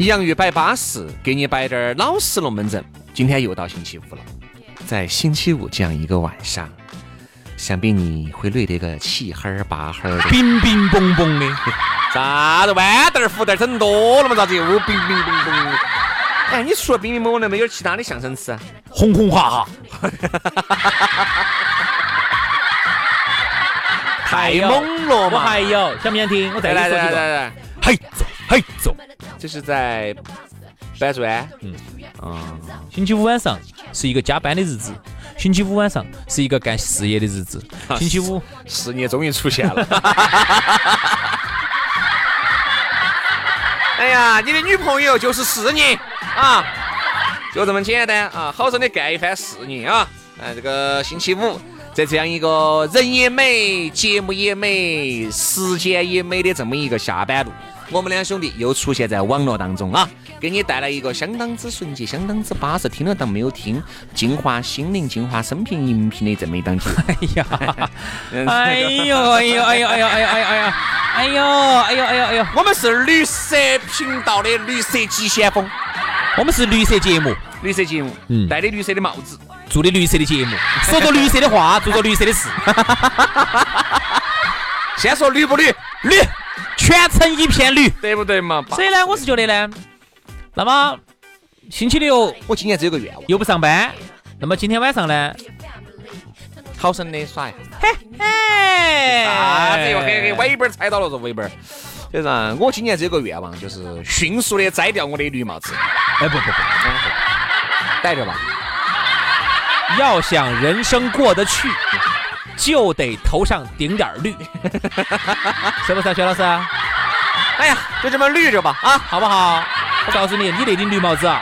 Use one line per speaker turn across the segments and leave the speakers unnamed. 洋芋摆巴适，给你摆点儿老实龙门阵。今天又到星期五了，在星期五这样一个晚上，想必你会累得个七哈儿八哈儿的。
冰冰崩崩的，
啥子豌豆儿、胡豆儿整多了嘛？咋子又冰冰冰冰的？哎，你除了冰冰崩崩的，没有其他的相声词？
轰轰哈哈，
太猛哎了
哎我
嘛！
还有，想不想听？我再
来
给
来
你说几
来
个。
来来，
嘿走嘿走，
这是在搬砖，
星期五晚上是一个加班的日子，星期五晚上是一个干事业的日子，星期五
事业终于出现了。 哎呀，你的女朋友就是事业啊，就这么简单啊，好生的干一番事业啊。嗯、这个星期五，在这样一个人也美、节目也美、时间也美的这么一个下班路，我们两兄弟又出现在网络当中啊，给你带来一个相当之纯洁、相当之巴适，听了当没有听，净化心灵、净化生平、荧屏的这么一档节目。
哎呀，哎呦哎呦哎呦哎呦哎呦哎呦哎呦哎呦哎呦哎呦，
我们是绿色频道的绿色急先锋，
我们是绿色节目，
绿色节目，
嗯
戴的绿色的帽子，
做的绿色的节目，说着绿色的话，做着绿色的事，
先说绿不绿，
绿，全程一片绿。
对不对嘛？爸
所以呢，我是觉得呢，那么星期六
我今年只有个愿望，
又不上班，那么今天晚上呢，
好生的耍一下。
嘿，哎，
啥子又黑黑尾巴儿踩到了，这尾巴儿。就是啊我今年只有个愿望，就是迅速的摘掉我的绿帽子，
哎不不不。
戴着吧。
要想人生过得去，就得头上顶点儿 绿，是不是、啊，薛老师？
哎呀，就这么绿着吧啊，
好不好？我告诉你，你那顶绿帽子啊，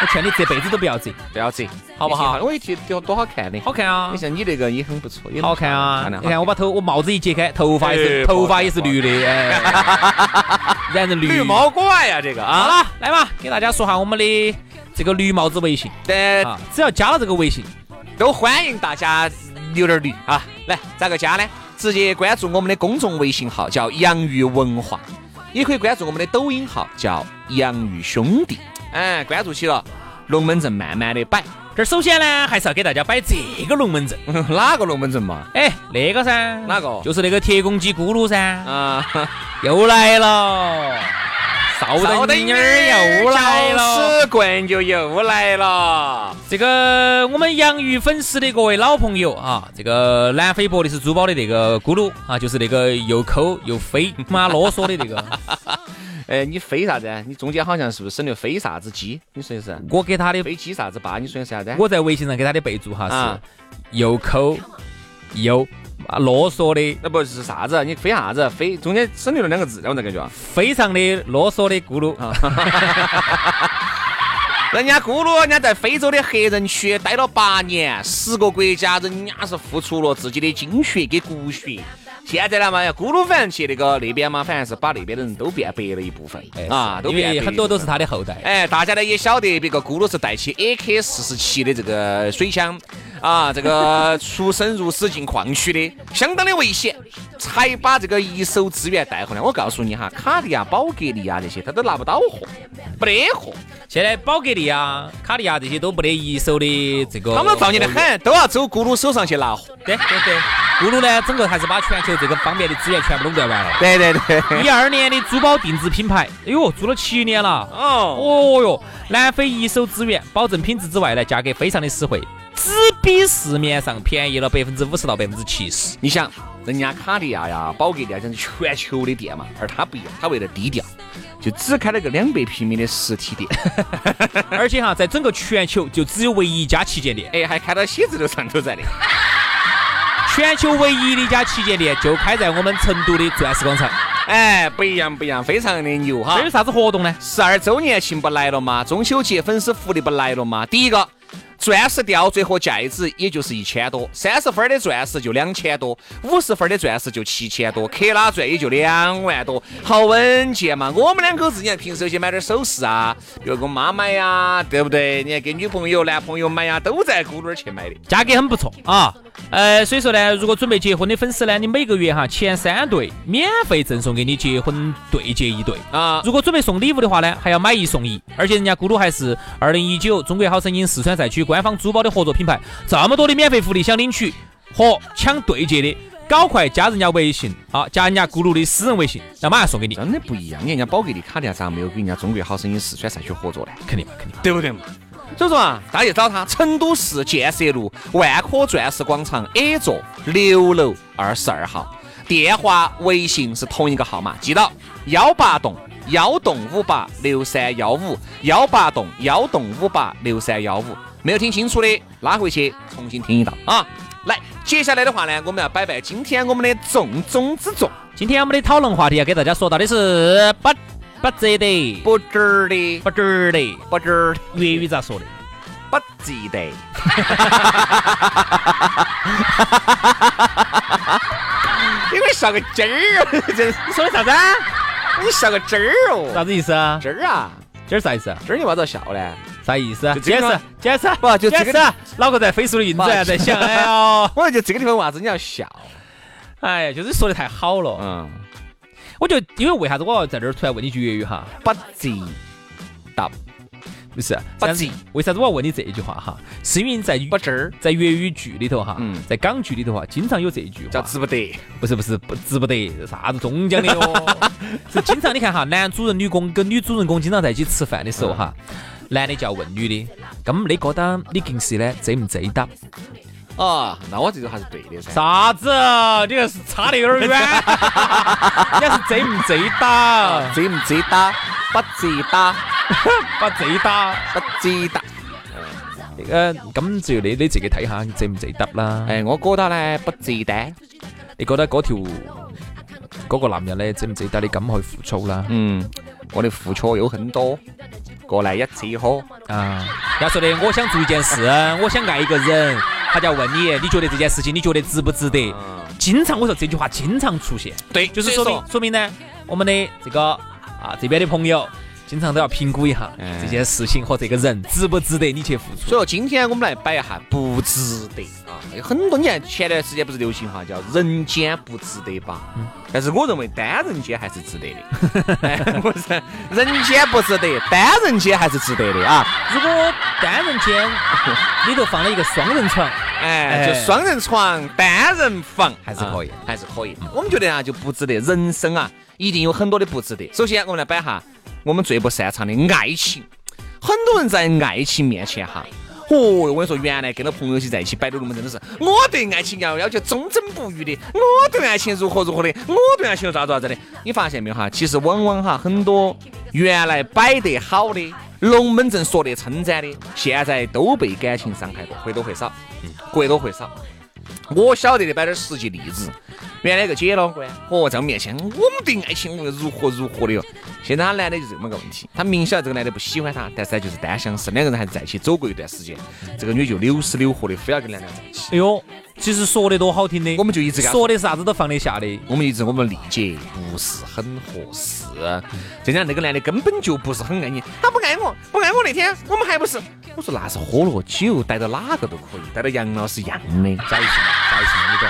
我劝你这辈子都不要摘，
不要摘，
好不好
我一剃多多好看的，
好看啊
你，像你这个也很不错，也
好看啊
漂！亮
你看我把头，我帽子一揭开，头发也是
哎
头发也是绿的，哎， 染成绿。
绿毛怪呀，这个
好
啊。
了，来嘛，给大家说下我们的这个绿帽子微信
对，
啊，只要加了这个微信，
都欢迎大家留点儿驴啊！来，咋个加呢？直接关注我们的公众微信号，叫“洋芋文化”，也可以关注我们的抖音号，叫“洋芋兄弟”。哎，关注起了，龙门阵慢慢的摆。
这儿首先呢，还是要给大家摆这个龙门阵。
哪个龙门阵嘛？
哎，那个噻，
哪个
就是那个铁公鸡咕噜噻，
啊，
又来了，少灯妮儿又来了。
屎棍就又来了。
这个我们洋芋粉丝的各位老朋友啊，这个南非伯利斯珠宝的那个咕噜啊，就是那个又抠又飞、妈啰嗦的那 个，
哎，你飞啥子啊？你中间好像是不是省略飞啥子鸡？你说的是
我给他的，
飞鸡啥子巴？你说的是啥子啊？
我在微信上给他的备注哈
啊
是又抠又啊啰嗦的，
那不是啥子？你飞啥子？飞中间省略了两个字，然后那个叫。
非常的啰嗦的咕噜啊。
人家咕噜，人家在非洲的黑人区待了八年，十个国家，人家是付出了自己的精血跟骨血。现在呢嘛，咕噜反正去那个那边嘛，反正是把那边的人都变白了一部分、啊，都
哎因
变
为
白
很多
了一部
都
分
是他的后代。
哎，大家呢也晓得，别个咕噜是带起 AK 四十七的这个水枪啊，这个出生入死进矿区的， 相当的危险，才把这个一手资源带回来。我告诉你哈，卡地亚、宝格丽啊这些，他都拿不到货，没得货。
现在宝格丽啊、卡地亚这些都没得一手的这个，
他们都造孽的很，都要走咕噜手上去拿货。
对对对，咕噜呢，整个还是把全球这个方面的资源全部垄断完了。
对对对，
一二年的珠宝定制品牌，哎呦，做了七年了。
哦，
哦哟，南非一手资源，保证品质之外呢，价格非常的实惠，只比市面上便宜了百分之五十到百分之七 十。
你想，人家卡地亚呀、宝格丽啊，这是全球的店嘛，而他不一样，他为了低调，就只开了个两百平米的实体店，
而且哈，在整个全球就只有唯一一家旗舰店，
哎，还开到写字楼上头在的。
全球唯一的一家旗舰店就开在我们成都的钻石广场。
哎，不一样不一样，非常的牛哈
这！有啥子活动呢？
十二周年庆不来了吗？中秋节粉丝福利不来了吗？第一个。钻石吊坠和戒指也就是一千多，三十分的钻石就两千多，五十分的钻石就七千多，克拉钻也就两万多，好稳健嘛！我们两口子，你看平时有些买点首饰啊，比如给我妈买呀、对不对？你看给女朋友、男朋友买呀、都在咕噜儿去买的。
价格很不错啊。呃，所以说呢，如果准备结婚的粉丝呢，你每个月哈前三对免费赠送给你结婚对戒一对
啊
如果准备送礼物的话呢，还要买一送一，而且人家咕噜还是二零一九中国好声音四川赛区官方珠宝的合作品牌，这么多的免费福利想领取和抢对戒的，搞快加人家微信啊，加人家咕噜的私人微信，那马上送给你，
真的不一样，你看人家宝格丽卡地亚咋没有跟人家中国好声音四川赛区合作呢？
肯定嘛，肯定嘛。
对不对嘛？所以说啊，大家去找他，成都市建设路万科钻石广场 A 座六楼二十二号，电话、微信是同一个号码，记到幺八栋幺栋五八六三幺五，幺八栋幺栋五八六三幺五，没有听清楚的拉回去重新听一道啊。来，接下来的话呢，我们要摆摆今天我们的重中之重，
今天我们的讨论话题要给大家说到的是不不值得，
不值儿的，
不值得，
不值儿的，
粤语咋说的？
不值 得。因为笑个鸡儿，啊 真是
你说的啥子啊？
你笑个鸡儿哦，
啥子意思啊？
鸡儿啊，
今儿啥意思啊？
鸡儿你娃咋笑呢？
啥意思啊？
就这
解
个
释解释，
不就这
解
个
释。脑壳在飞速的运转，
不
在想，哎 呦，
我就这个地方为啥子你要笑？
哎呀，就是说的太好了。
嗯，
我就因为为啥子我要在这儿突然问你一句粤语哈？
不值得，
不是，这
不
样
急
为啥子我要问你这一句话哈？是因为在
不值儿，
在粤语剧里头哈
嗯，
在港剧里头哈，经常有这一句
叫
话，
值不得。
不是不是不值不得，啥子中奖的 哟，是经常你看哈，男主人女公跟女主人公经常在一起吃饭的时候哈，
嗯
男的就要问女的，咁你觉得你近视呢，值唔值得？
啊，那我这个还是对的噻。
啥子？你这是差得有点 远，人家是贼唔贼打，
值不值得？不值得，
把贼打。
不值得。
那个，呃咁就你你自己睇下贼唔贼得啦。
哎，我觉得呢，不值得。
你覺得嗰條嗰個男人咧值唔值得你咁去付出啦？
嗯，我的付出有很多，过来一起喝。
啊，人家说的，我想做一件事，我想愛一個人，他就要問你，你覺得這件事情你覺得值不值得？經常我說這句話經常出現，
嗯对，
就是說明說明呢，我們的這個啊這邊的朋友。經常都要評估一下
嗯
這件事情和這個人值不值得你去付出。
所以说今天我们来摆一下不值得啊，有很多年前段时间不是流行哈叫人间不值得吧？但是我认为单人间还是值得的， 哎不是人间不值得，单人间还是值得的啊！
如果单人 间里头放了一个双人床，
哎，就
哎
双人床、单人房
还是可以
啊还是可以。我们觉得啊，就不值得，人生啊，一定有很多的不值得。首先，我们来摆哈我们最不擅长的爱情。很多人在爱情面前哈，哦，我跟你说，原来跟到朋友些在一起摆的龙门阵都是，我对爱情啊要要求忠贞不渝的，我对爱情如何如何的，我对爱情又咋咋子的。你发现没有哈？其实往往哈，很多原来摆得好的龙门阵说得称赞的，现在都被感情伤害过，或多或少，或多或少。我晓得的摆点实际例子。原来一个姐老倌，哦，在我面前，我们对爱情我如何如何的哟。现在他男的就这么个问题，他明晓得这个男的不喜欢她，但是他就是单相思，两个人还是在一起走过一段时间，这个女就扭死扭活的，非要跟男的在一起。
哎呦，其实说的多好听的，
我们就一直给他
说的啥子都放得下的。
我们一直我们理解不是很合适，再加上那个男的根本就不是很爱你，他不爱我，不爱我那天我们还不是，我说那是喝了酒，带到哪个都可以，带到杨老师一样的，
啥意思嘛？啥意思嘛？你懂？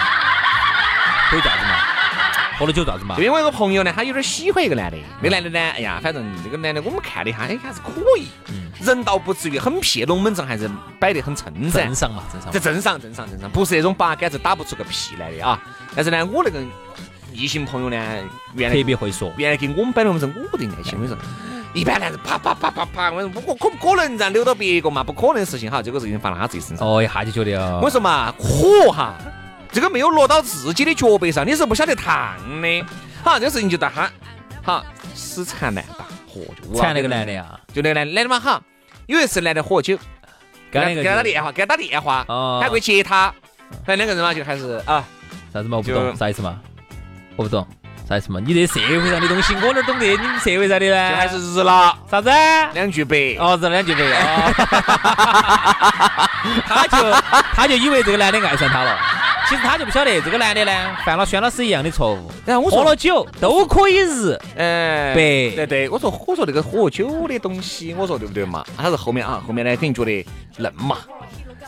可以这样子嘛？喝喝了酒咋子嘛
就？因为我有个朋友呢，他有点喜欢一个男的，那男的呢，哎呀，反正这个男的我们看了一下，哎，还是可以，
嗯
人倒不至于很撇，龙门阵还是摆得很称噻
正。常嘛，正常
这
嘛。
正常，正常，正常，不是那种八竿子打不出个屁来的啊。但是呢，我那个异性朋友呢，原来
特别会说，
原来给我们摆龙门阵，我不得爱心，我跟你说，一般男人啪啪啪啪啪，我说我可不可能让溜到别个嘛？不可能的事情哈，这个事情发到他自己身上。
哦，一下就觉得
我
哦，
说嘛，火哈，这个没有落到自己的脚背上，你是不晓得烫的。好，这个事情就到他，好死缠烂打，嚯就
缠那个男的，呀，
就那个男男的嘛哈。有一次男的喝酒，
跟
他
那个
给他打电话，给他打电话，
哦
他过去接他，反正两个人嘛就还是啊，
啥子嘛？我不
就
懂，啥意思嘛？我不懂，啥意思嘛？你这社会上的东西我哪儿懂得？你们社会上的
就
呢？
还是日了
啥子？
两句白。
哎哦，是两句 对哦，他就他就以为这个男的爱上他了，其实他就不晓得这个男的呢犯了轩老师一样的错误，
然后我
喝
说
了，酒都可以日，
哎，
白
对对，我说我说那个喝酒的东西，我说对不对嘛？他是后面啊，后面呢肯定觉得嫩嘛，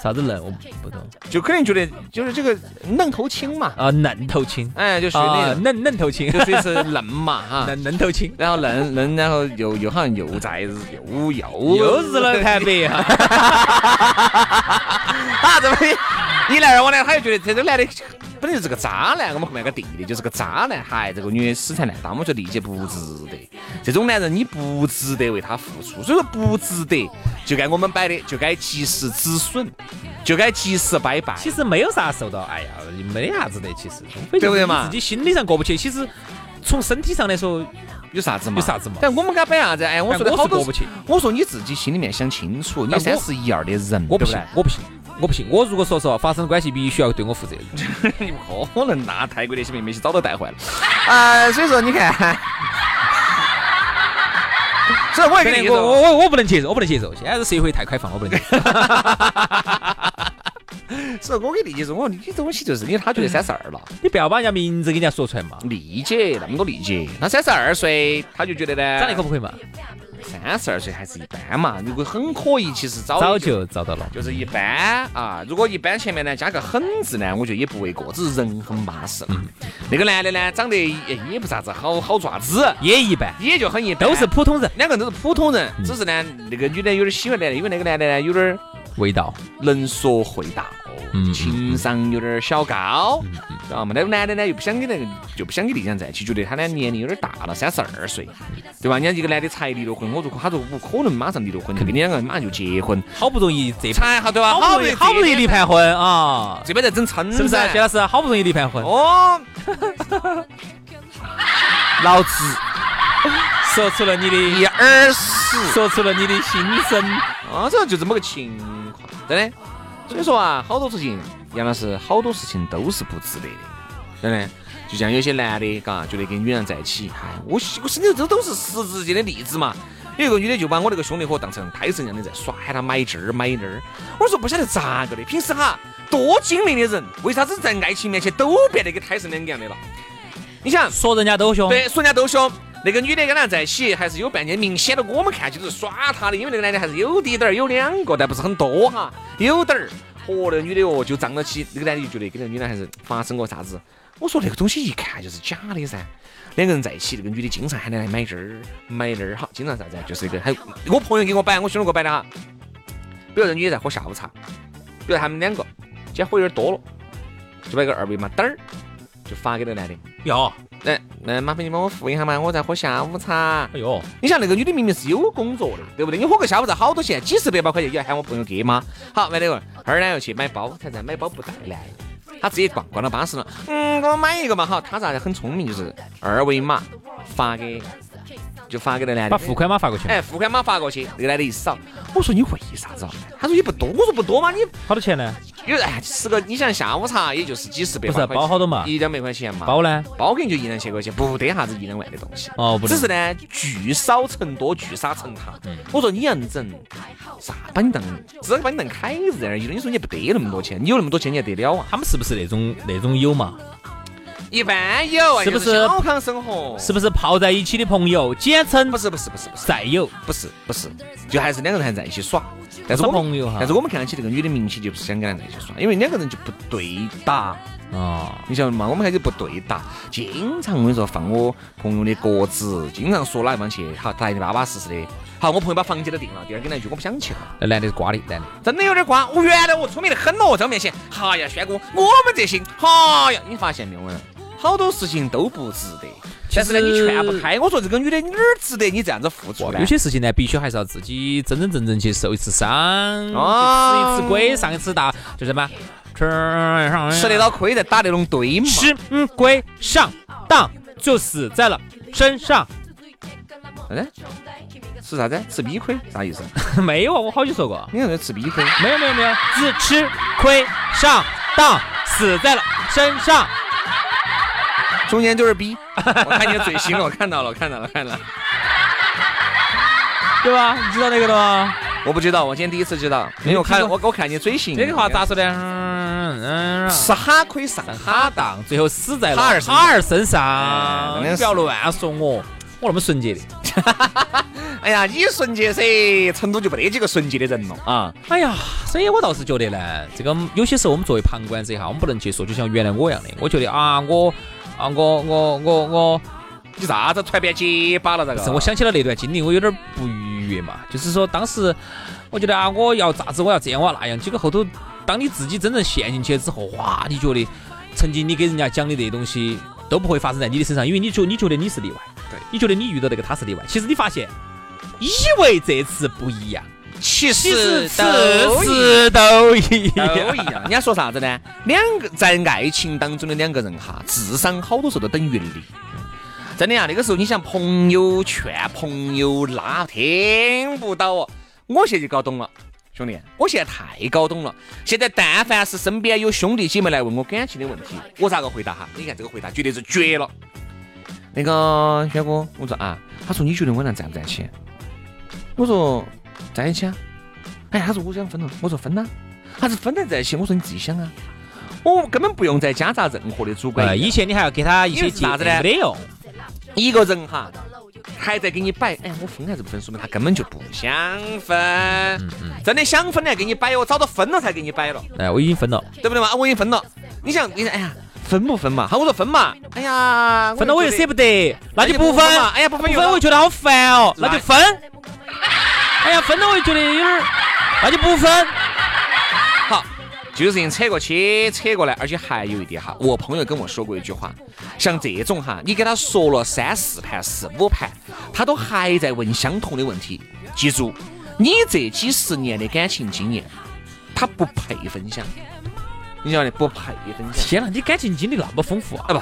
啥子嫩我不懂
就肯定觉得就是这个嫩头青嘛，
啊，嫩头青
哎，就是那
啊，
种。
嫩嫩头青
就，这是嫩嘛哈，
嫩嫩头青，
然后嫩嫩，然后又又好像又在 又又
又日 了盘白哈，
啊，这么一一来二往呢，他就觉得这个男的本来就是个渣男，我们后面有个弟弟就是个渣男，嗨，这个女的死缠烂打，我们就理解不值得。这种男人你不值得为他付出，所以说不值得，就该我们摆的，就该及时止损，就该及时拜拜。
其实没有啥受到，哎呀，没啥子的，其实无非
对
就
不
是
对
你
嘛
自己心理上过不去，其实从身体上来说，
有啥子嘛？
有啥子嘛
但我们给他摆啥子？哎，我说
但
的
我是
好多
过不去。
我说你自己心里面想清楚，你
但我
三十一二的人，
我不
对
信
对，
我不信，我不信，我如果说实话，发生关系必须要对我负责任。
你不可能拿泰国那些妹妹些早都带坏了。 呃，所以说你看，所以我也跟你
我我
说，
我我不能接受，我不能接受。现在这社会太开放，我不能接受。
所以我给理解说，我说你这东西就是因为他觉得三十二了，
你不要把人家名字给人家说出来嘛，
理解那么多理解。他三十二岁，他就觉得呢，
长得可不可以嘛？
三十二岁还是一般嘛，如果很可以，其实早
早
就
就找到了。
就是一般啊，如果一般前面呢加个很字呢，我觉得也不为过，只是人很巴适。
嗯
那个男的呢，长得也也不啥子好好爪子，
也一般，
也就很一般，
都是普通人
两个人都是普通
嗯
人，只是呢，那个女的有点喜欢男的，因为那个男的呢有点儿
味道。
能说会道
嗯，
情商有点儿小高，知道吗？那个男的呢又不想跟那个就不想跟丽江在一起，觉得他呢年龄有点大了，三十二岁，对吧？人家一个男的才离了婚，我说他说不可能马上离了婚，跟你两个人马上就结婚，
好不容易这
才好对吧？
嗯好不容易好不容易离，盘婚啊，
这边在整撑
是不是啊？薛老师好不容易离盘婚，
哦，老子
说出了你的，
一耳屎。
说出了你的心声。
啊，这就这么个情况，真的。所以说啊，好多事情，杨老师，好多事情都是不值得的，真的。就像有些男的，嘎，觉得跟女人在一起，嗨，我我身边这都是实质性的例子嘛。有一个女的就把我那个兄弟伙当成胎神一样的在耍，喊他买这儿买那儿。我说不晓得咋个的，平时哈多精明的人，为啥子在爱情面前都变得跟胎神两个样的了？你想，
说人家都凶，
对，说人家都凶。那个女的跟他在一起还是有半年，明显的我们看起就是耍他的，因为那个男的还是有滴点儿，有两个，但不是很多哈，有点儿。和那个女的哦，就仗着起，那个男的就觉得跟那个女的还是发生过啥子。我说那个东西一看就是假的噻。两个人在一起，那个女的经常喊他来买这儿买那儿，好，经常啥子啊，就是一个还有我朋友给我摆，我兄弟给我摆的哈。比如这女的在喝下午茶，比如他们两个今天喝有点多了，就摆个二维码，嘚儿就发给那个男的。
哟，
来，来，麻烦你帮我付一下嘛，我在喝下午茶。
哎呦，
你想那个女的明明是有工作的，对不对？你喝个下午茶好多钱，几十百把块钱，也要喊我朋友给 吗？好，买那个，二呢又去买包，他在买包不带来，他直接逛逛到巴适了。嗯，给我买一个嘛，好，他咋很聪明，就是二维码发给，就发给那男
把。
的
付款码发过去，
哎，付款码发过去，那个男的一扫，我说你为啥子啊？他说也不多，我说不多嘛，你
好多钱呢？
有哎，吃个你想下午茶也就是几十百
不
把
是
块钱，
包好多嘛？
一两百块钱嘛，
包呢？
包给你就一两千块钱，不得啥子一两万的东西。
哦，不嗯
只
能
是呢，聚少成多，聚沙成塔。我说你要整啥把你当，只把你当凯子而已。你说你不得那么多钱，你有那么多钱你还得了啊？
他们是不是那种那种有嘛？
一般有啊，
是不是
就是小康生活？
是不是泡在一起的朋友，简称
不是不是不是不是
战友？
不是不是，就还是两个人还在一起耍，但是我
耍朋
们
友哈
但是我们看起这个女的名气就不是想跟她在一起耍，因为两个人就不对打。
啊，
你晓得嘛？我们还是不对打，经常我跟你说放我朋友的鸽子，经常说哪地方去，好，他还得巴巴适适的。好，我朋友把房间都订了，第二天来一句我不想去了，
那男的是瓜的，男的。
真的有点瓜。我原来我聪明的很咯，在我面前，哈呀，轩哥，我们这些，哈呀，你发现没有啊？好多事情都不值得，但是呢，
其
你
实
劝不开。我说这个女的哪儿值得你这样子付出呢
哦有？些事情呢，必须还是要自己真真正正去受一次伤，去吃一
啊
次亏，上一次大，就什么吃上
吃得到亏再打得拢对嘛？
吃嗯亏上当就死在了身上。
嗯，吃啥子？吃米亏啥意思？
没有啊，我好久说过，
你看这吃米亏，
没有没有没有，是吃亏上当死在了身上。
中间就是逼。 我看你的嘴型了，我看到了，我看到了，看到了。
对吧？你知道那个的吗？
我不知道，我今天第一次知道，因为我看我我看你嘴型。
这个话咋说的？嗯嗯，
是哈亏上哈当？
最后死在了
哈尔身上
哈尔身
哎
上。
真的
你
是
不要乱说我，我那么纯洁的。
哎呀，你纯洁噻，成都就没得几个纯洁的人了啊！
哎呀，所以我倒是觉得呢，这个有些时候我们作为旁观者哈，我们不能接受，就像原来我一样的，我觉得啊，我啊，我我我我，
你啥子突然变结巴了？这
不
个？
是，我想起了那段经历，我有点不愉悦嘛。就是说，当时我觉得啊，我要咋子，我要这样，我要那样，结果后头，当你自己真正陷进去之后，哇，你觉得曾经你给人家讲的那些东西都不会发生在你的身上，因为你觉你觉得你是例外，
对，
你觉得你遇到那个他是例外，其实你发现，以为这次不一样，
其
其实
实
次
都一
次都一
都
样。
一样。人家说啥子呢？两个在爱情当中的两个人哈，智商好多时候都等于零。真的呀，那个时候你想朋友劝朋友拉，听不到哦。我现在就搞懂了，兄弟，我现在太搞懂了。现在但凡是身边有兄弟姐妹来问我感情的问题，我咋个回答哈？你看这个回答绝对是绝了。那个轩哥，我说啊，他说你觉得我俩在不在一起？我说在一起啊。哎，他说我想分了，我说分呐、他是分得在一起，我说你自己想啊，我根本不用再夹杂任何的主观
呃，
意见
以前你还要给他一
因
些
为是啥
建
子
议，
呢
没得用。
一个人哈，还在给你摆，哎，我分还是不分，说明他根本就不想分。
嗯
真的想分呢，给你摆哦，早都分了才给你摆了，
哎，我已经分了，
对不对嘛？啊我已经分了，你想，你想，哎呀，分不分嘛？好，我说分嘛。哎呀，
分了我又舍
不，
不得，那就不分。
嘛。哎呀，不
不
分又
分我就觉得好烦哦，那就分。哎呀，分了我就觉得有点儿，那就不分。
好，这个事情扯过去，扯过来，而且还有一点哈，我朋友跟我说过一句话，像这种哈，你给他说了三四盘、四五盘，他都还在问相同的问题。记住，你这几十年的感情经验，他不配分享，你晓得不配分享。
天哪，你感情经历那么丰富啊！
啊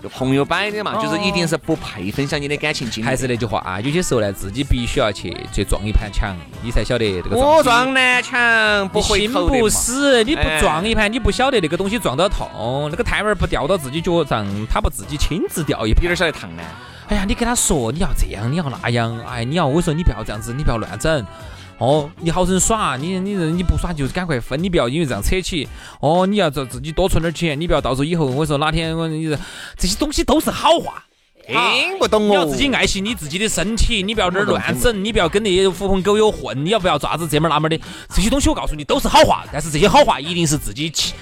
不，就朋友摆的嘛，就是一定是不配分享你的感情经历。
哦还是那句话啊，有些时候呢，自己必须要去去撞一盘墙，你才晓得这个
我
撞
撞南墙不
你
回
心
头的
不
嘛。
死，你不
哎
撞一盘，你不晓得那个东西撞到痛，那个胎儿不掉到自己脚上，他不自己亲自掉一
有
盘。
点晓得烫呢，
哎呀，你跟他说你要这样，你要那样，哎，你要我说你不要这样子，你不要乱整。哦，你好生耍，你你你不耍就赶快分，你不要因为这样扯起。哦，你要自自己多存点钱，你不要到时候以后我说哪天我你这些东西都是好话，
听不懂
你要
哦。
自己爱惜你自己的身体，你不要这儿
懂
乱整，你不要跟那些狐朋狗友混，你要不要爪子这么儿那么儿的，这些东西我告诉你都是好话，但是这些好话一定是自己起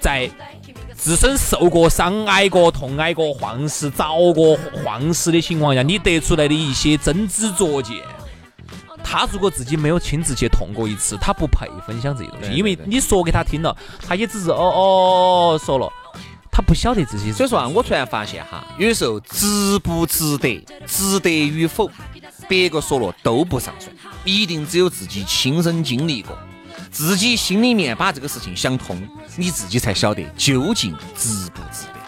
在自身受过伤、挨过痛、挨过晃事、遭过晃事的情况下，你得出来的一些真知灼见。他如果自己没有亲自去痛过一次，他不配分享这些东西，
对
因为
对对
你说给他听了，他也只是哦哦哦说了，他不晓得自己。
所以说啊，我突然发现哈，有时候值不值得，值得与否，别个说了都不上算，一定只有自己亲身经历过，自己心里面把这个事情想通，你自己才晓得究竟值不值得。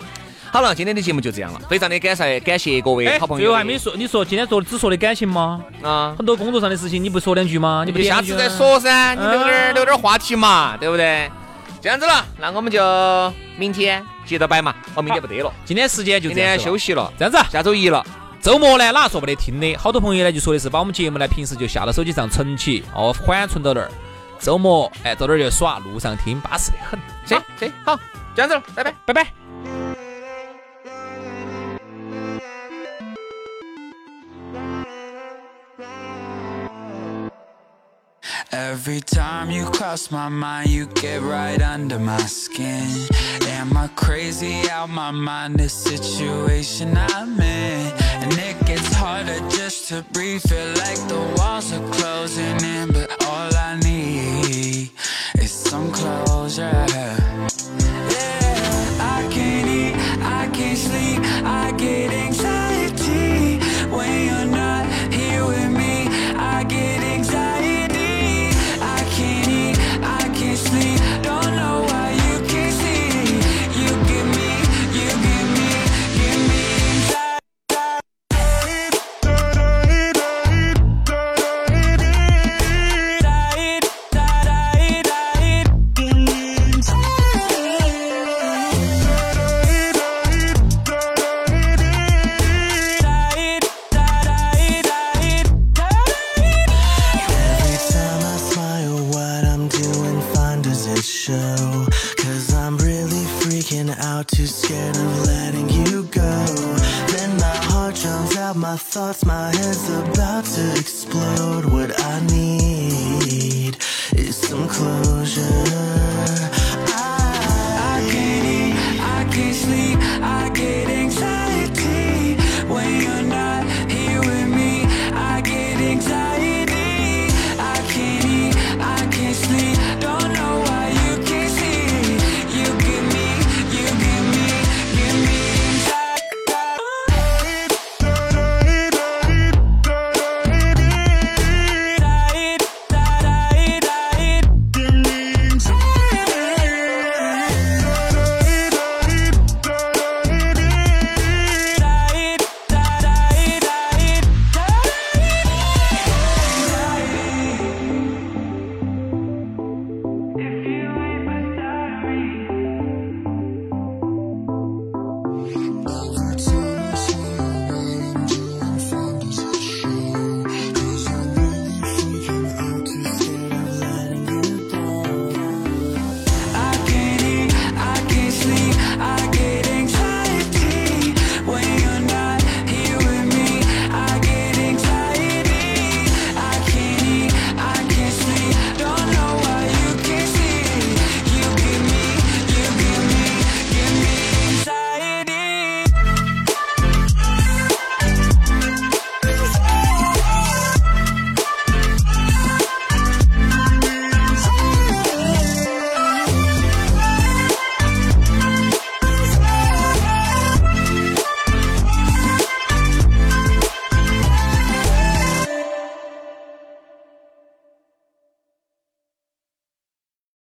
好了，今天的节目就这样了，非常的感谢感谢各位
哎
好朋
最
友
后
的。
还没说，你说今天说只说的嗯感情吗？
啊，
很多工作上的事情，你不说两句啊吗？
你
你
不
不
下次再。说噻，你留点儿留点儿话题嘛，对不对？这样子了，那我们就明天接着摆嘛。哦，明天不得了，
今天时间就
明
这样
天
子了
休息了，
这样子啊，
下周一了。
周末呢，哪说不得听的？好多朋友呢就说的是把我们节目呢平时就下到手机上存起，哦，缓存到那儿。周末哎，到那儿就耍，路上听，巴适的很。
行行，好，这样子了，拜拜。
拜拜。
I Every time you cross my mind, you get right under my skin. Am I crazy out my mind? The situation I'm in, and it gets harder just to breathe. Feel like the walls are closing in, but all I need is some closure. Yeah, I can't eat, I can't sleep, I get anxiety when you're not here with me. I get anxiety. I can't eat, I can't sleep, don't know why you can't see. You give me, you give me, give me anxiety. Every time I smile, what I'm doing fine doesn't show. Cause I'm really freaking out, too scared of letting you go. Then my heart drowns out my thoughts, my head's about to explode. What I need is some closure.